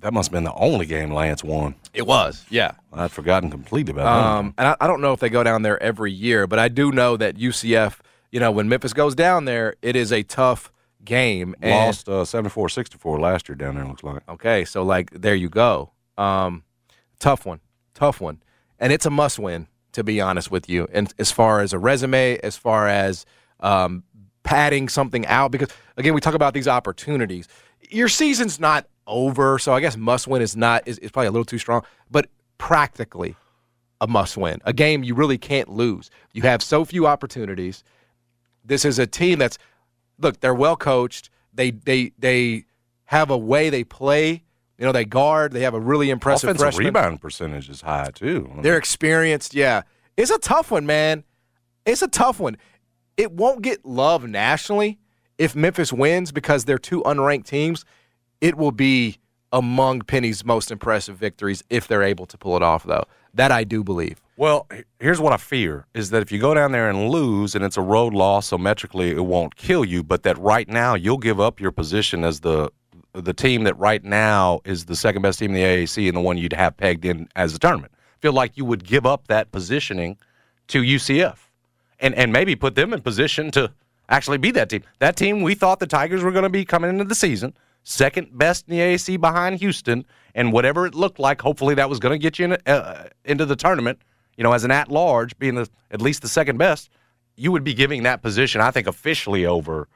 That must have been the only game Lance won. It was, yeah. I'd forgotten completely about that. Um, and I, I don't know if they go down there every year, but I do know that UCF, you know, when Memphis goes down there, it is a tough game. And, Lost uh, 74-64 last year down there, looks like. Okay, so like there you go. Um, tough one, tough one, and it's a must win to be honest with you. And as far as a resume, as far as um, padding something out, because again, we talk about these opportunities. Your season's not over, so I guess must win is not is, is probably a little too strong, but practically a must win, a game you really can't lose. You have so few opportunities. This is a team that's look, they're well coached. They they they have a way they play. You know, they guard. They have a really impressive Offensive freshman. rebound percentage is high, too. They're experienced. Yeah, it's a tough one, man. It's a tough one. It won't get love nationally if Memphis wins because they're two unranked teams. It will be among Penny's most impressive victories if they're able to pull it off, though. That I do believe. Well, he- here's what I fear is that if you go down there and lose, and it's a road loss, so metrically it won't kill you, but that right now you'll give up your position as the the team that right now is the second best team in the AAC and the one you'd have pegged in as the tournament. Feel like you would give up that positioning to UCF, and and maybe put them in position to actually be that team. That team we thought the Tigers were going to be coming into the season, second best in the AAC behind Houston, and whatever it looked like, hopefully that was going to get you in, uh, into the tournament. you know, as an at large, being the, at least the second best, you would be giving that position, I think, officially over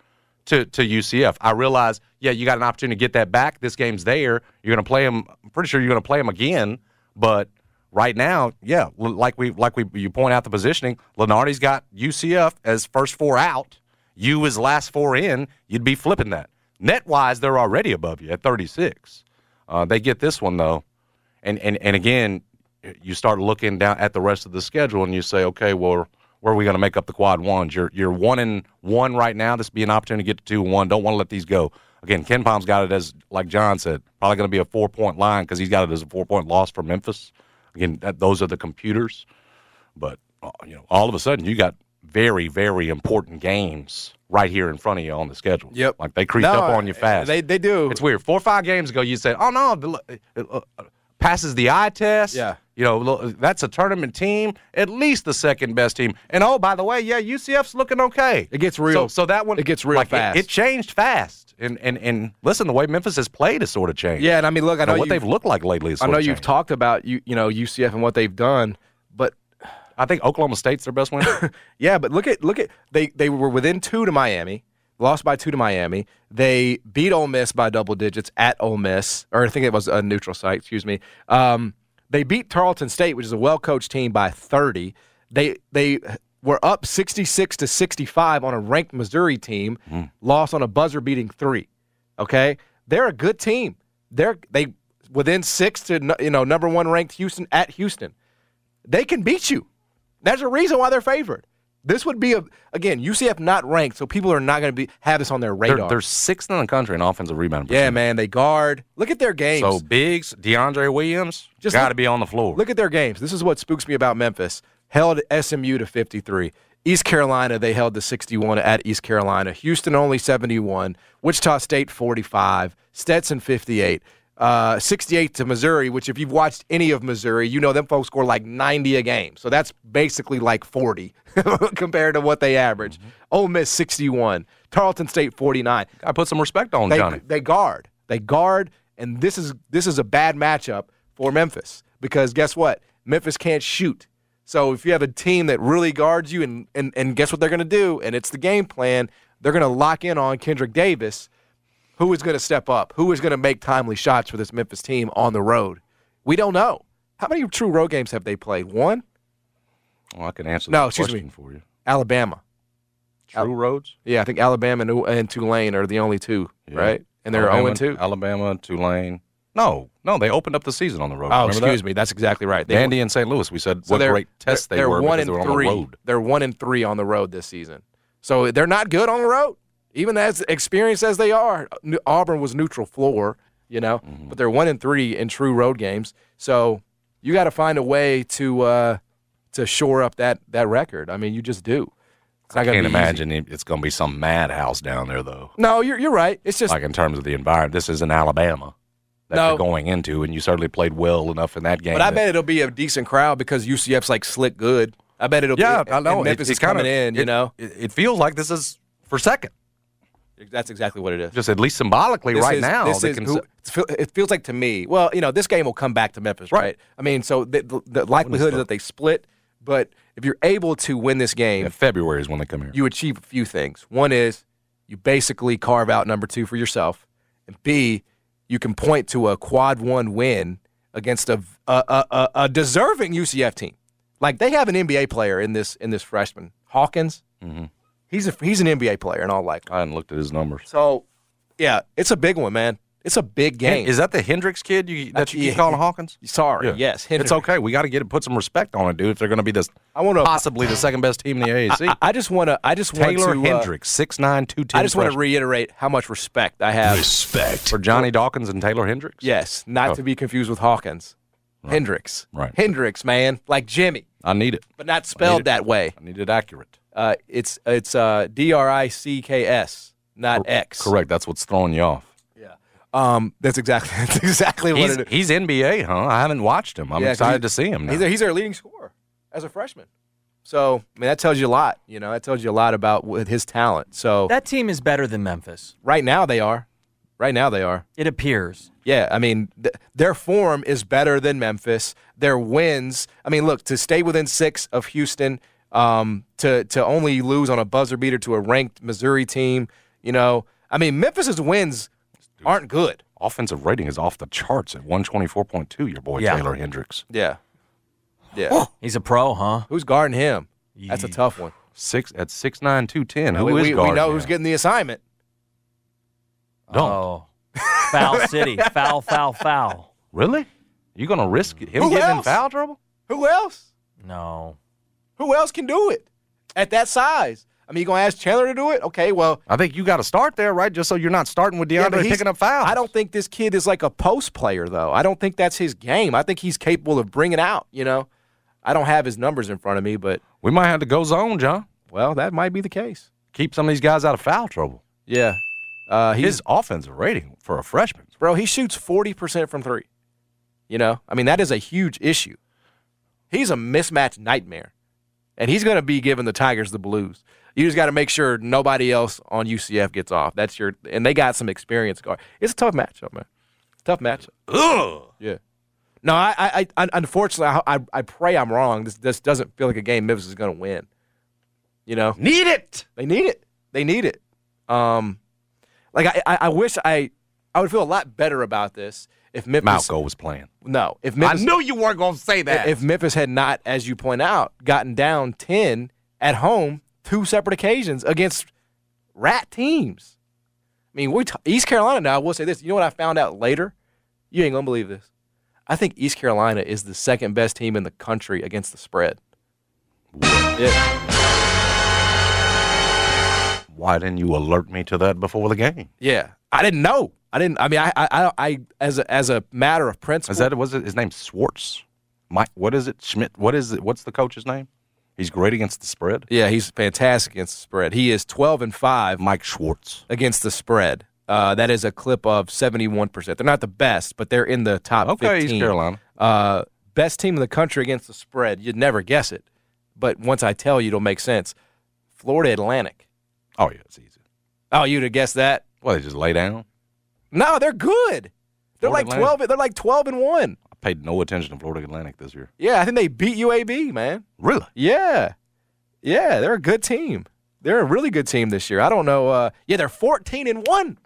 to, to UCF. I realize, yeah, you got an opportunity to get that back. This game's there. You're going to play them. I'm pretty sure you're going to play them again. But right now, yeah, l- like we like we you point out the positioning. Lenardi's got UCF as first four out. You as last four in. You'd be flipping that. Net wise, they're already above you at 36. Uh, they get this one though, and and and again, you start looking down at the rest of the schedule and you say, okay, well, where are we going to make up the quad ones? You're you're one and one right now. This would be an opportunity to get to two and one. Don't want to let these go. Again, Ken Palm's got it as like John said, probably going to be a four point line because he's got it as a four point loss for Memphis. Again, that, those are the computers, but uh, you know, all of a sudden you got very very important games right here in front of you on the schedule. Yep. eh, like they creep up on you fast. They they do. It's weird. Four or five games ago, you said, "Oh no, the- it, uh, passes the eye test." Yeah. You know, lo- uh, that's a tournament team, at least the second best team. And oh, by the way, yeah, UCF's looking okay. It gets real. So, so that one, It gets real like, it- fast. It, changed fast. And and and listen, the way Memphis has played has sort of changed. yeah, and I mean, look, I You know, know what you've- they've looked like lately. Has I sort know of you've changed. talked about you you know UCF and what they've done, but I think Oklahoma State's their best win. Yeah, but look at look at they they were within two to Miami, lost by two to Miami. They beat Ole Miss by double digits at Ole Miss, or I think it was a neutral site. Excuse me. Um, they beat Tarleton State, which is a well coached team, by thirty. They they were up sixty six to sixty five on a ranked Missouri team, lost on a buzzer beating three. Okay, they're a good team. They're they within six to nu- you know number one ranked Houston at Houston they can beat you. There's a reason why they're favored. This would be a again UCF not ranked, so people are not going to be have this on their radar. they're, they're sixth in the country in offensive rebound. yeah, percentage. man, they guard. Look at their games. So Biggs, DeAndre Williams, Just got to look- be on the floor. Look at their games. This is what spooks me about Memphis. Held SMU to 53. East Carolina, they held to 61 at East Carolina. Houston only 71. Wichita State 45. Stetson 58. Uh, 68 to Missouri, which if you've watched any of Missouri, you know them folks score like 90 a game. So that's basically like 40 compared to what they average. Ole Miss 61. Tarleton State 49 I put some respect on they, Johnny. They guard. They guard, and this is this is a bad matchup for Memphis because guess what? Memphis can't shoot. So if you have a team that really guards you, and and, and guess what they're going to do? And it's the game plan. They're going to lock in on Kendrick Davis, who is going to step up, who is going to make timely shots for this Memphis team on the road. We don't know. How many true road games have they played? One? Well, Oh, I can answer No, that excuse me. question for you. Alabama. True roads. Yeah, I think Alabama and, and Tulane are the only two, Yeah. right? And they're Alabama, 0 2. Alabama, Tulane. No, no, they opened up the season on the road. Oh, Remember excuse that? me. That's exactly right. They Dandy and St. Louis. We said So what they're- great tests they're- they they're were One because and they were three. on the road. They're one and three on the road this season. So they're not good on the road, even as experienced as they are. New- Auburn was neutral floor, you know, Mm-hmm. but they're one and three in true road games. So you got to find a way to uh, to shore up that that record. I mean, you just do. It's not I gonna can't be easy. imagine it- it's going to be some madhouse down there, though. No, you're you're right. It's just Like in terms of the environment, this isn't Alabama that No. you're going into, and you certainly played well enough in that game. But I that- bet it'll be a decent crowd because UCF's like slick good. I bet it'll yeah, be. I know and it- Memphis it is kinda- coming in. You it- know, it, it feels like this is for second, that's exactly what it is. just at least symbolically This right is- now. This they is can who- se- it feel- it feels like to me. Well, you know, this game will come back to Memphis, right? I mean, so the, the, the likelihood is that they split. But if you're able to win this game, yeah, February is when they come here. you achieve a few things. One is you basically carve out number two for yourself, and B, you can point to a quad one win against a a, a, a- a deserving UCF team. Like they have an NBA player in this in this freshman Hawkins. Mm-hmm. He's a, he's an NBA player in all likelihood. I hadn't looked at his numbers. So, yeah, it's a big one, man. It's a big game. Is that the Hendricks kid you, that you Yeah. keep calling Hawkins? Sorry, Yeah. yes, Hendrick. It's okay. We got to get it. Put some respect on it, dude. If they're going to be this, I want to. possibly the second best team in the AAC. I, I just want to. I just Taylor want to. uh, Hendricks, six nine two ten. I just want to reiterate how much respect I have. Respect. for Johnny Dawkins and Taylor Hendricks. Yes, not to be confused with Hawkins, Hendricks. Oh. Right. Hendricks, man, like Jimmy, I need it. but not it. spelled that way. I need it accurate. Uh, it's it's uh, D R I C K S, not X. Correct. That's what's throwing you off. Um, that's exactly that's exactly what He's, it is. he's NBA, huh? I haven't watched him. I'm Yeah, 'cause excited to he's- see him. Now. He's, their- he's their leading scorer as a freshman. So, I mean, that tells you a lot. You know, that tells you a lot about with his talent. So, That team is better than Memphis. right now they are. Right now they are. It appears. Yeah, I mean, th- their form is better than Memphis. Their wins, I mean, look, to stay within six of Houston, um, to to only lose on a buzzer beater to a ranked Missouri team, you know, I mean, Memphis's wins aren't good. Offensive rating is off the charts at 124.2, your boy Yeah. Taylor Hendricks. Yeah, yeah. He's a pro, huh? Who's guarding him? That's a tough one. Six at six nine two ten. Now, Who we, is we, we guarding know him? who's getting the assignment. Don't. Oh. Foul City. foul, foul, foul. really? You gonna risk him Who getting in else? foul trouble? Who else? No. Who else can do it at that size? I mean, you gonna ask Chandler to do it? Okay, well, I think you got to start there, right? Just so you're not starting with Yeah, DeAndre but he's- picking up fouls. I don't think this kid is like a post player, though. I don't think that's his game. I think he's capable of bringing out. You know, I don't have his numbers in front of me, but We might have to go zone, John. well, that might be the case. Keep some of these guys out of foul trouble. Yeah, uh, he's His offensive rating for a freshman. bro. He shoots forty percent from three. You know, I mean that is a huge issue. He's a mismatch nightmare, and he's going to be giving the Tigers the blues. You just got to make sure nobody else on UCF gets off. That's your and they got some experience guard. It's a tough matchup, man. Tough matchup. Ugh. Yeah. No, I, I, I un- unfortunately, I, I, I pray I'm wrong. This, this doesn't feel like a game Memphis is going to win. You know, Need it. they need it. They need it. Um, like I, I, I wish I, I would feel a lot better about this if Memphis. Malco was playing. No, if Memphis, you weren't gonna say if Memphis had not, as you point out, gotten down ten at home two separate occasions against rat teams. I mean, we t- East Carolina. Now I will say this. You know what I found out later? You ain't gonna believe this. I think East Carolina is the second best team in the country against the spread. Yeah, Why didn't you alert me to that before the game? yeah. I didn't know. I didn't. I mean, I, I, I, I as a, as a matter of principle. Is that was it? His name Swartz. Mike. What is it? Schmidt. What is it? What's the coach's name? He's great against the spread. Yeah, he's fantastic against the spread. He is twelve and five Mike Schwartz. against the spread. Uh, that is a clip of seventy-one percent. They're not the best, but they're in the top. Okay, 15. East Carolina. uh, best team in the country against the spread. You'd never guess it, but once I tell you, it'll make sense. Florida Atlantic. Oh yeah, it's easy. Oh, you'd have guessed that? Well, they just lay down. No, they're good. They're Florida like Atlantic. twelve. They're like twelve and one. I paid no attention to Florida Atlantic this year. Yeah, I think they beat UAB, man. Really? Yeah, yeah, they're a good team. They're a really good team this year. I don't know. Uh, yeah, they're fourteen and one.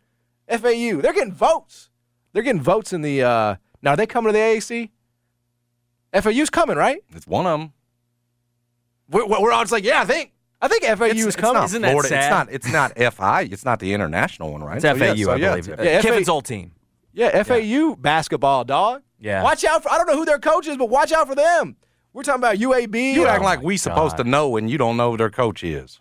FAU. They're getting votes. They're getting votes in the. Uh, now are they coming to the AAC? FAU's coming, right? It's one of them. We're, we're all just like, yeah, I think. I think FAU is coming. not Isn't that Florida. sad? It's not. It's not FI. It's not the international one, right? It's So, FAU, yeah, so, I yeah, believe. it's- Yeah, Kiffin's FAU old team. Yeah, FAU basketball, dog. Yeah. Watch out for I don't know who their coach is, but watch out for them. We're talking about UAB. You and act my like we supposed to God. know, and you don't know who their coach is.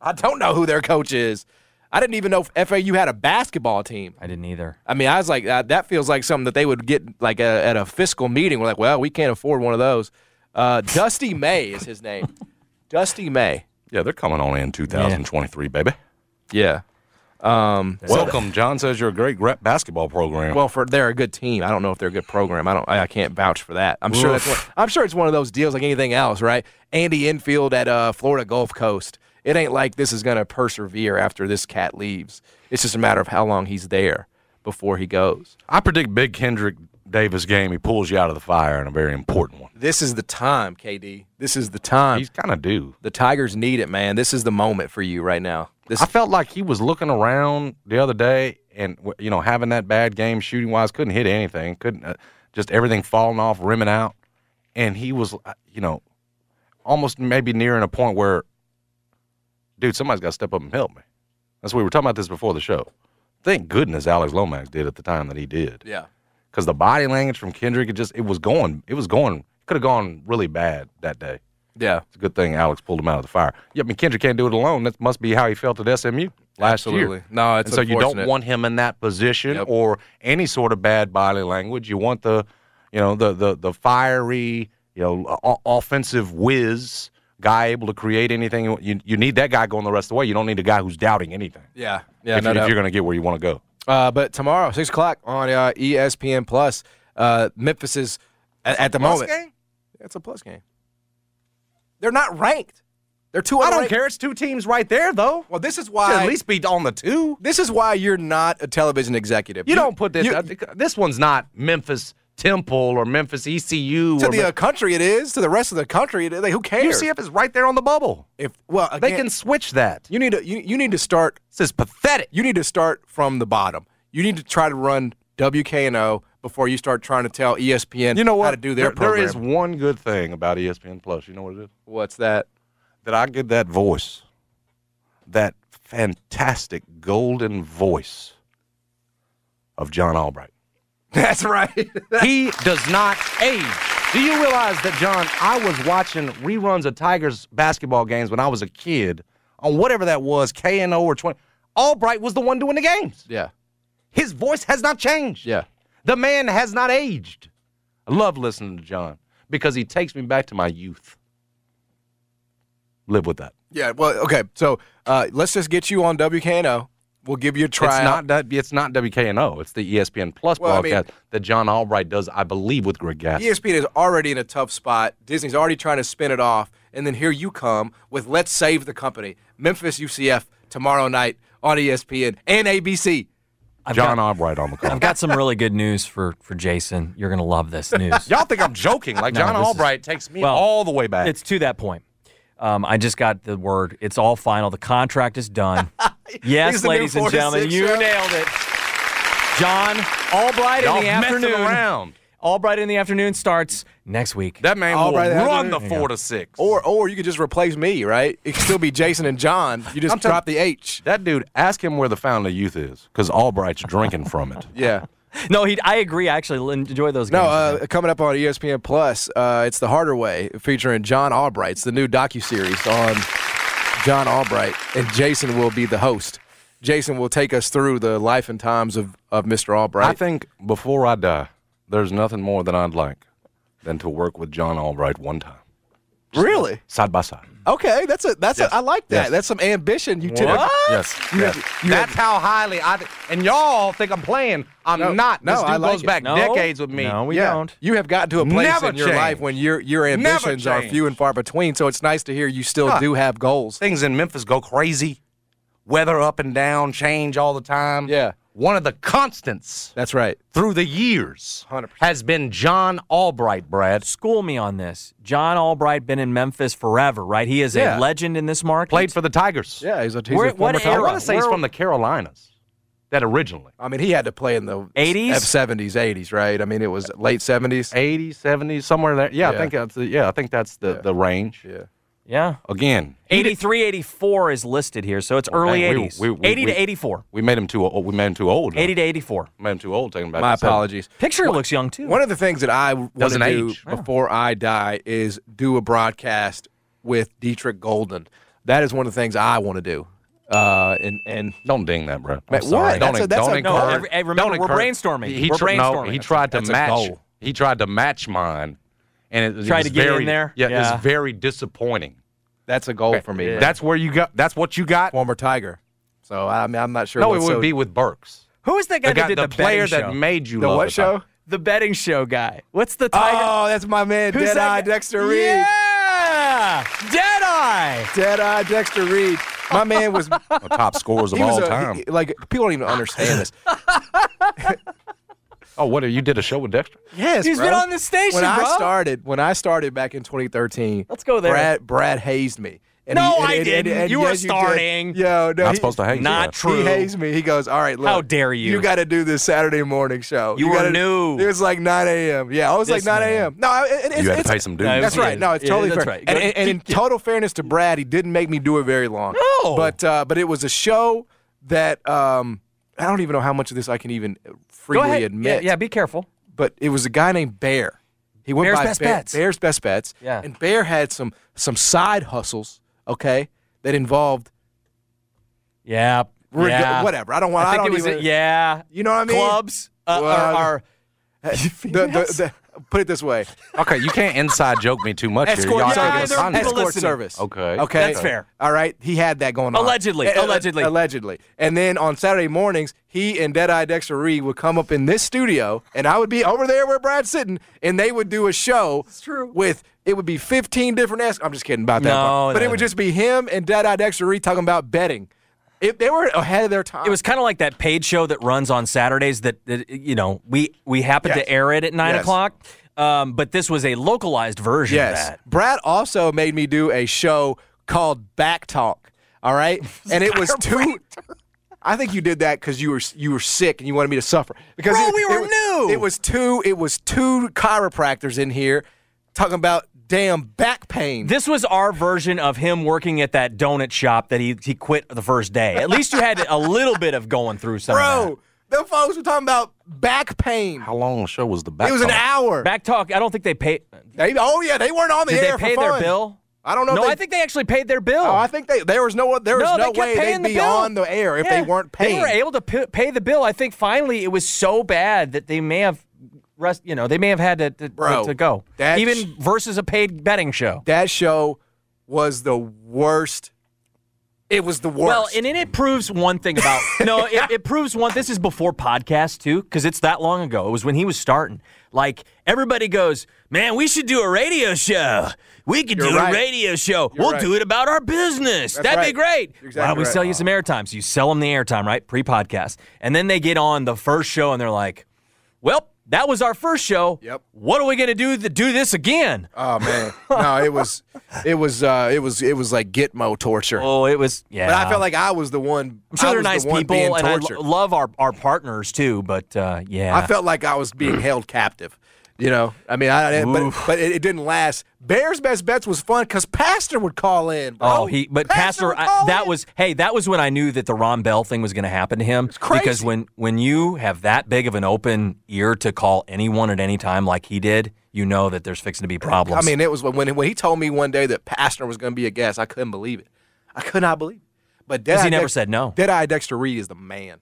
I don't know who their coach is. I didn't even know FAU had a basketball team. I didn't either. I mean, I was like, uh, that, that feels like something that they would get like a, at a fiscal meeting. We're like, well, we can't afford one of those. Uh, Dusty May is his name. Dusty May. Yeah, they're coming on in 2023, baby. Yeah. Um, Welcome, John. Says you're a great gra- basketball program. Well, for they're a good team. I don't know if they're a good program. I don't. I, I can't vouch for that. I'm sure. That's one, I'm sure it's one of those deals like anything else, right? Andy Infield at uh, Florida Gulf Coast. It ain't like this is gonna persevere after this cat leaves. It's just a matter of how long he's there before he goes. I predict Big Kendrick Davis game. He pulls you out of the fire in a very important one. This is the time, KD. This is the time. He's kind of due. the Tigers need it, man. This is the moment for you right now. This I felt like he was looking around the other day, and w- you know, having that bad game shooting wise, couldn't hit anything. Couldn't uh, just everything falling off, rimming out, and he was, uh, you know, almost maybe nearing a point where, dude, somebody's got to step up and help me. That's what we were talking about this before the show. Thank goodness Alex Lomax did at the time that he did. yeah. because the body language from Kendrick, it just it was going, it was going, could have gone really bad that day. Yeah. It's a good thing Alex pulled him out of the fire. Yeah, I mean Kendrick can't do it alone. That must be how he felt at SMU last Absolutely. year. No, it's and so you don't unfortunate. want him in that position Yep. or any sort of bad body language. You want the, you know, the the the fiery, you know, o- offensive whiz guy able to create anything. You you need that guy going the rest of the way. You don't need a guy who's doubting anything. Yeah. Yeah. if, no you- if doubt. you're going to get where you want to go. Uh, but tomorrow, six o'clock on uh, ESPN Plus, uh, Memphis is at, at the moment. It's a plus game. They're not ranked. They're two. I don't unra- care. It's two teams right there, though. Well, this is Should why at least be on the two. this is why you're not a television executive. You don't put this. you- uh, this one's not Memphis Temple or Memphis ECU. to or the Mem- uh, country. It is to the rest of the country. It, like, who cares? UCF is right there on the bubble. if well, They again, can switch that. You need to. You, you need to start. This is pathetic. You need to start from the bottom. You need to try to run WKNO before you start trying to tell E ESPN. You know what? How to do their there, there program. is one good thing about E ESPN Plus. You know what it is? What's that? That I get that voice, that fantastic golden voice of John Albright. That's right. he does not age. Do you realize that, John? I was watching reruns of Tigers basketball games when I was a kid on whatever that was, KNO or 20. Albright was the one doing the games. yeah. His voice has not changed. Yeah. The man has not aged. I love listening to John because he takes me back to my youth. Live with that. Yeah. Well, okay. So uh, let's just get you on WKNO. We'll give you a try. it's not that it's not WKNO. It's the E ESPN Plus Well, I mean- broadcast that John Albright does, I believe, with Greg Gass. ESPN is already in a tough spot. Disney's already trying to spin it off, and then here you come with "Let's save the company." Memphis UCF tomorrow night on E ESPN and ABC. I've John got, Albright on the call. I've got some really good news for for Jason. You're gonna love this news. Y'all think I'm joking? Like No, John this is- Albright takes me well, all the way back. It's to that point. Um, I just got the word. It's all final. The contract is done. He's yes, the new ladies and 46 gentlemen, you show. nailed it. John Albright Y'all in the messing afternoon. around. Albright in the afternoon starts next week. That man Albright will out run there. the four to six. Or or you could just replace me, right? It could still be Jason and John. You just I'm tell- drop the H. that dude, ask him where the fountain of youth is, because Albright's drinking from it. Yeah. no, he. I agree. I actually enjoy those No, games. uh, coming up on ESPN Plus, uh, it's The Harder Way featuring John Albright. It's the new docuseries on John Albright, and Jason will be the host. Jason will take us through the life and times of, of Mr. Albright. I think before I die, there's nothing more that I'd like than to work with John Albright one time, really side by side. okay. That's a that's Yes. a, I like that. Yes. That's some ambition. You did Yes. yes. That's how highly I. And y'all think I'm playing. I'm No, not. no, this dude I like goes it. back No, decades with me. No, we yeah, don't. you have gotten to a place Never in your change. life when your your Never ambitions are change. few and far between. So it's nice to hear you still Huh. do have goals. Things in Memphis go crazy. Weather up and down, change all the time. Yeah. One of the constants That's right. through the years 100%. has been John Albright, Brad. School me on this. John Albright been in Memphis forever, right? He is Yeah. a legend in this market. Played for the Tigers. Yeah, he's a, he's Where- a what former era? I top- want to say he's Where- from the Carolinas, that originally. I mean, he had to play in the 80s? seventies, eighties, right? I mean, it was late seventies. 80s, 70s, somewhere there. Yeah, Yeah. I think that's the, yeah, I think that's the, the range. Yeah. yeah. Again, Oh, 83, 84 is listed here, so it's early dang, we- 80s. we- we- 80 we- to 84. we made him too old. We made him too old. now. 80 to 84. made him too old. Taking him back. My to seven. apologies. Picture looks young too. One of the things that I want to Doesn't do age. before I die is do a broadcast with Dietrich Golden. That is one of the things I want to do. Uh, and and Don't ding that, bro. Man, what? Don't, That's a- en- that's don't a- no, encourage. every, hey, remember, don't we're encourage- brainstorming. He, he we're tri- no, brainstorming. he tried That's to a match. goal. He tried to match mine, and it, it Tried was to get in very- there? Yeah, Yeah. it's very disappointing. that's a goal for me. man. That's where you got. That's what you got. former Tiger. So I mean, I'm not sure. no, it what's would so- be with Burks. Who is that guy the guy, that did the, the, player betting that show? made you the love what it, Tiger. show? the betting show guy. What's the tiger? Oh, that's my man, Who's Dead that Eye guy? Dexter Reed. Yeah, Dead Eye. Dead Eye Dexter Reed. My man was The top scorers of he was all a- time. he- like people don't even understand this. oh, what? You did a show with Dexter? Yes, He's bro. been on this station, When bro. I started, when I started back in 2013, Let's go there. Brad, Brad hazed me. And No, I didn't. You were yes, did. starting. Yo, no, Not he- supposed to hate Not you. true. He hazed me. He goes, "All right, look, How dare you." You got to do this Saturday morning show. You were gotta, new. It was like 9 a.m. Yeah, I was This like 9 man. a.m. No, I- it, it's, You had to it's- pay some dues. That's No, right. No, it's yeah, totally that's fair. right. And, and- and in total fairness to Brad, he didn't make me do it very long. No. but uh, but it was a show that um, I don't even know how much of this I can even freely admit Yeah, yeah, be careful. but it was a guy named Bear. He went Bear's by Best Bear- Bets. Bear's Best Bets. Yeah. And Bear had some some side hustles, okay, that involved Yeah. reg- yeah. whatever. I don't want. I I, think don't it was even. yeah. You know what I mean? Clubs uh, Well, are, are The, the, the, put it this way. Okay, you can't inside joke me too much here. Escort Y'all Yeah, taking service. there are us people Escort hostage. listening. service. Okay. Okay. That's fair. All right. He had that going on. Allegedly, A- a- allegedly. Allegedly. And then on Saturday mornings, he and Deadeye Dexter Reed would come up in this studio, and I would be over there where Brad's sitting, and they would do a show with it would be 15 different escorts. I'm just kidding about that. No, part. But no, it would no. just be him and Deadeye Dexter Reed talking about betting. If they were ahead of their time. It was kind of like that paid show that runs on Saturdays that, that you know we we happen Yes. to air it at nine Yes. o'clock, um, but this was a localized version Yes. of that. Brad also made me do a show called Back Talk. All right, and it was two. I think you did that because you were you were sick and you wanted me to suffer. Because Bro, it, we it were was- new. It was two. It was two chiropractors in here talking about damn back pain. This was our version of him working at that donut shop that he he quit the first day. At least you had a little bit of going through some. bro, the folks were talking about back pain. How long the show was the back? it was an talk? hour. of that. back talk. I don't think they paid. They- oh yeah, they weren't on the Did air they pay for their fun. bill? I don't know. if No, they- I think they actually paid their bill. Oh, I think they there was no there was no, no, they kept way paying they'd the be bill. on the air if Yeah. they weren't paying. They were able to p- pay the bill. I think finally it was so bad that they may have, rest, you know, they may have had to to, Bro, to go. that Even sh- versus a paid betting show. That show was the worst. It was the worst. Well, and then it proves one thing about no, it, it proves one. This is before podcast too, because it's that long ago. It was when he was starting. Like everybody goes, man, we should do a radio show. We could You're do right. a radio show. we'll right. do it about our business. That'd be right. great. You're Why exactly don't we right. sell you some airtime? So you sell them the airtime, right? Pre-podcast, and then they get on the first show and they're like, well. That was our first show. Yep. What are we gonna do? To do this again? oh man, no, it was, it was, uh, it was, it was like Gitmo torture. oh, it was. Yeah. But I felt like I was the one. I'm sure I they're was the nice one people, being and I tortured. lo- love our, our partners too. But uh, yeah, I felt like I was being held captive. You know, I mean, I didn't, but, but it, it didn't last. Bears best bets was fun because Pastor would call in. Bro. Oh, he but Pastor, would I, call that in. was hey, that was when I knew that the Ron Bell thing was going to happen to him. It's crazy. Because when when you have that big of an open ear to call anyone at any time like he did, you know that there's fixing to be I problems. mean, it was when when he told me one day that Pastner was going to be a guest. I couldn't believe it. I could not believe it. But Deadeye he never said no. Mm-hmm. Deadeye Dexter Reed is the man.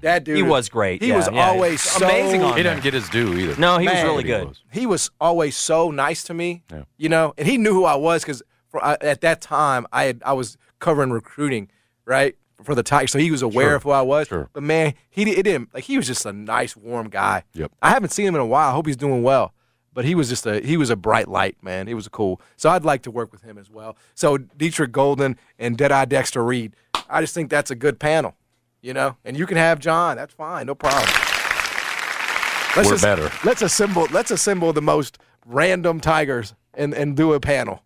That dude, He is- was great, He yeah, was yeah. always He's so, amazing on He there. didn't get his due either. no, he was Man. really good. He was always so nice to me. You know, and he knew who I was because at that time I had I was covering recruiting, right? For the Tigers, so he was aware of who I was. sure. But man, he di- it didn't like he was just a nice, warm guy. Yep. I haven't seen him in a while. I hope he's doing well. But he was just a he was a bright light, man. He was cool. So I'd like to work with him as well. So Dietrich Golden and Deadeye Dexter Reed, I just think that's a good panel, you know. And you can have John. That's fine, no problem. Let's We're just- better. Let's assemble. Let's assemble the most random tigers and and do a panel.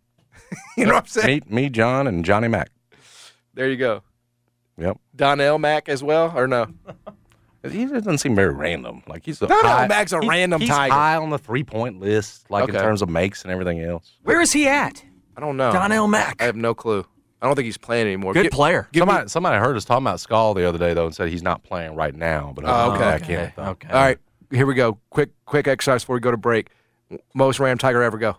you know what I'm saying? Meet me, John, and Johnny Mac. There you go. Yep. Donnell Mack as well, or no? He doesn't seem very random. Like he's a No, no, high- Mac's a he's- random he's tiger. high on the three point list, like Okay. in terms of makes and everything else. Where is he at? I don't know. Donnell Mack. I have no clue. I don't think he's playing anymore. Good Get- player. give me- somebody, somebody heard us talking about Skull the other day though, and said he's not playing right now. But Oh, he'll be okay. back in. Okay. okay. All right, here we go. Quick, quick exercise before we go to break. Most ram tiger ever go.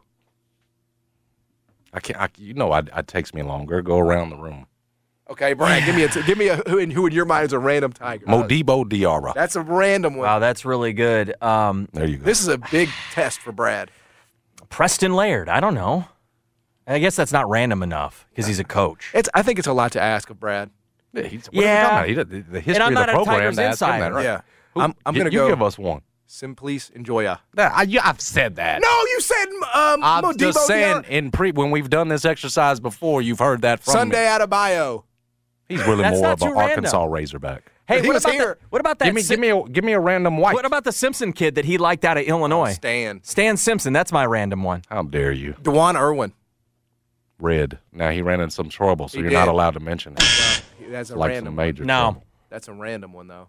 I can't. I, you know, I, it takes me longer. Go around the room. Okay, Brian, give me a t- give me a who in, who in your mind is a random tiger. Modibo Diarra. Uh, That's a random one. Wow, that's really good. Um, there you go. This is a big test for Brad. Preston Laird. I don't know. I guess that's not random enough because he's a coach. It's I think it's a lot to ask of Brad. Yeah, he's, what Yeah. are you talking about? He, the, the history I'm of not the a program. Tigers to ask him that, insider. right? Yeah. Who- I'm- I'm you- gonna you go- give us one. Simplice enjoya. Nah, I, you, I've said that. No, you said um, I'm Modibo just saying. Diarra. In pre, when we've done this exercise before, you've heard that from Sunday Me. out of bio. He's really That's more not of an too random. Arkansas Razorback. Hey, He what was about here. that? What about that? give me, Sim- give me, a, give me a random white. what about the Simpson kid that he liked out of Illinois? Stan. Stan Simpson. That's my random one. How dare you? Dewan Irwin. Red. Now he ran into some trouble, so He you're not did. allowed to mention it. That's a like random some major. No. trouble. That's a random one though.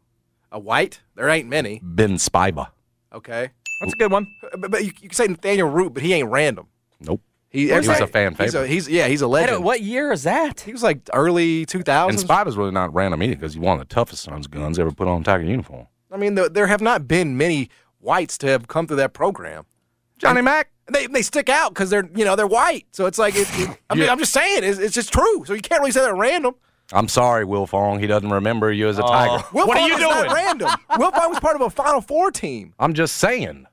A white? There ain't many. Ben Spiba. Okay. That's a good one. But, but you, you can say Nathaniel Root, but he ain't random. Nope. He, He was everybody- a fan he's favorite. he's- yeah, he's a I legend. don't- what year is that? He was like early And 2000s. Spiba's really not random either because he's one of the toughest sons guns ever put on a Tiger uniform. I mean, th there have not been many whites to have come through that program. Johnny Mack. They, they stick out because they're you know they're white, so it's like it, it- I mean Yeah. I'm just saying it's, it's just true. So you can't really say that random. I'm sorry, Will Fong. He doesn't remember you as Oh. a Tiger. Will what Fong are you was Not doing? random. Will Fong was part of a Final Four team. I'm just saying.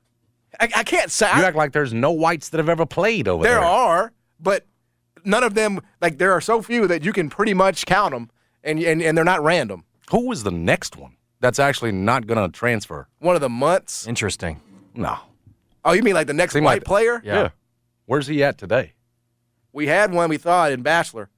I, I can't say. You I- act like there's no whites that have ever played over there. there are, but none of them. Like there are so few that you can pretty much count them, and and, and they're not random. Who is the next one that's actually not going to transfer? One of the months. Interesting. No. Oh, you mean like the next Seem white like- player? Yeah. Where's he at today? We had one. We thought in Bachelor,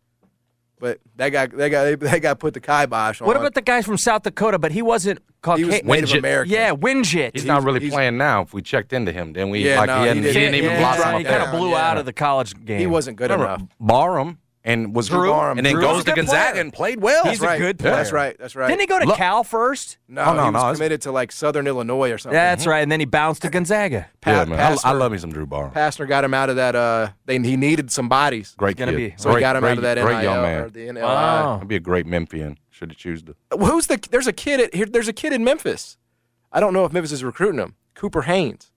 but that guy, that guy, that guy put the kibosh on. What about the guy from South Dakota? But he wasn't he Caucasian. was Native Winget. American? yeah, Winjet. He's, not really he's- playing now. If we checked into him, then we Yeah, like no, he, he hadn't, he didn't- didn't yeah, even yeah, blossom right. up He kind there. of blew out of the college game. he wasn't good enough. Barham and was Drew Barham. and then Drew's goes a to good Gonzaga player. and played well. He's a right. good Yeah, That's player. right. That's right. Didn't he go to Look- Cal first? No, Oh, no, he no, was it's- committed to like Southern Illinois or something. That's right. And then he bounced to Gonzaga. yeah, Pat- man. I- I, Passer. love me some Drew Barham. Pastner got him out of that. Uh, they he needed some bodies, Great gonna kid. be- so Great- he got him great, out of that NIL Great young man. or the NLI. Wow. He'd be a great Memphian. Should have choose to. Who's the? There's a kid at here. There's a kid in Memphis. I don't know if Memphis is recruiting him. Cooper Haynes.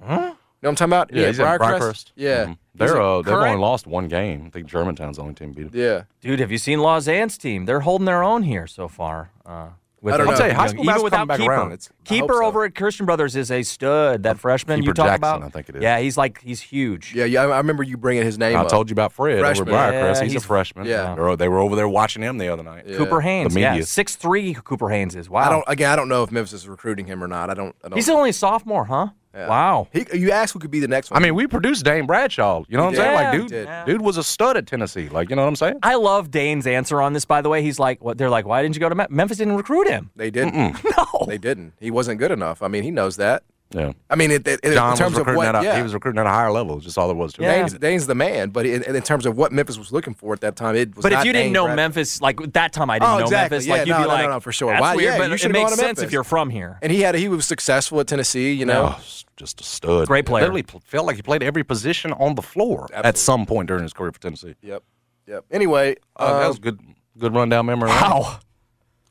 You know what I'm talking about? Yeah, he's at Briarcrest. Yeah, Mhm. He's they're a- uh, they've current- only lost one game. I think Germantown's the only team beat them. yeah. Dude, have you seen Lausanne's team? They're holding their own here so far. Uh, with I don't the know. I'll tell you, high young- school even basketball without coming back Keeper. around. It's- I hope Keeper so. over at Christian Brothers is a stud. That freshman you Keeper talk Jackson, about, I think it is. Yeah, he's like he's huge. Yeah, yeah. I, I remember you bringing his name. I up. told you about Fred Freshman. over at Briarcrest. Yeah, he's, he's- a freshman. yeah. They're- they were over there watching him the other night. Cooper Haynes, The yeah, media. six three. Cooper Haynes is wow. I don't. Again, I don't know if Memphis is recruiting him or not. I don't. I don't he's only a sophomore, huh? Wow. he, you asked who could be the next I one. mean, we produced Dane Bradshaw. You know what I'm saying? Yeah, Like, we dude, did. dude was a stud at Tennessee. Like, you know what I'm saying? I love Dane's answer on this. By the way, he's like, "What?" They're like, "Why didn't you go to Mem- Memphis? Didn't recruit him." they didn't. No. They didn't. He wasn't good enough. I mean, he knows that. Yeah. I mean, it, it, it- John in terms was of recruiting what at a, yeah. he was recruiting at a higher level. Just all there was to it. Yeah. Dane's, Dane's the man, but in, in terms of what Memphis was looking for at that time, it was. But if not you didn't Dane know Brad- Memphis, like that time I didn't Oh, know exactly. Memphis, Yeah, like you'd no, be no, like, no, no, for sure. That's Why- weird, yeah, but you it should've gone makes to sense if Memphis." you're from here. and he had he was successful at Tennessee. You know, Oh, s- just a stud. Great player. Literally pl- felt like he played every position on the floor at some point during his career for Tennessee. Yep. Yep. Anyway, Oh, Uh, that um, was good. Good run down memory. lane. Wow.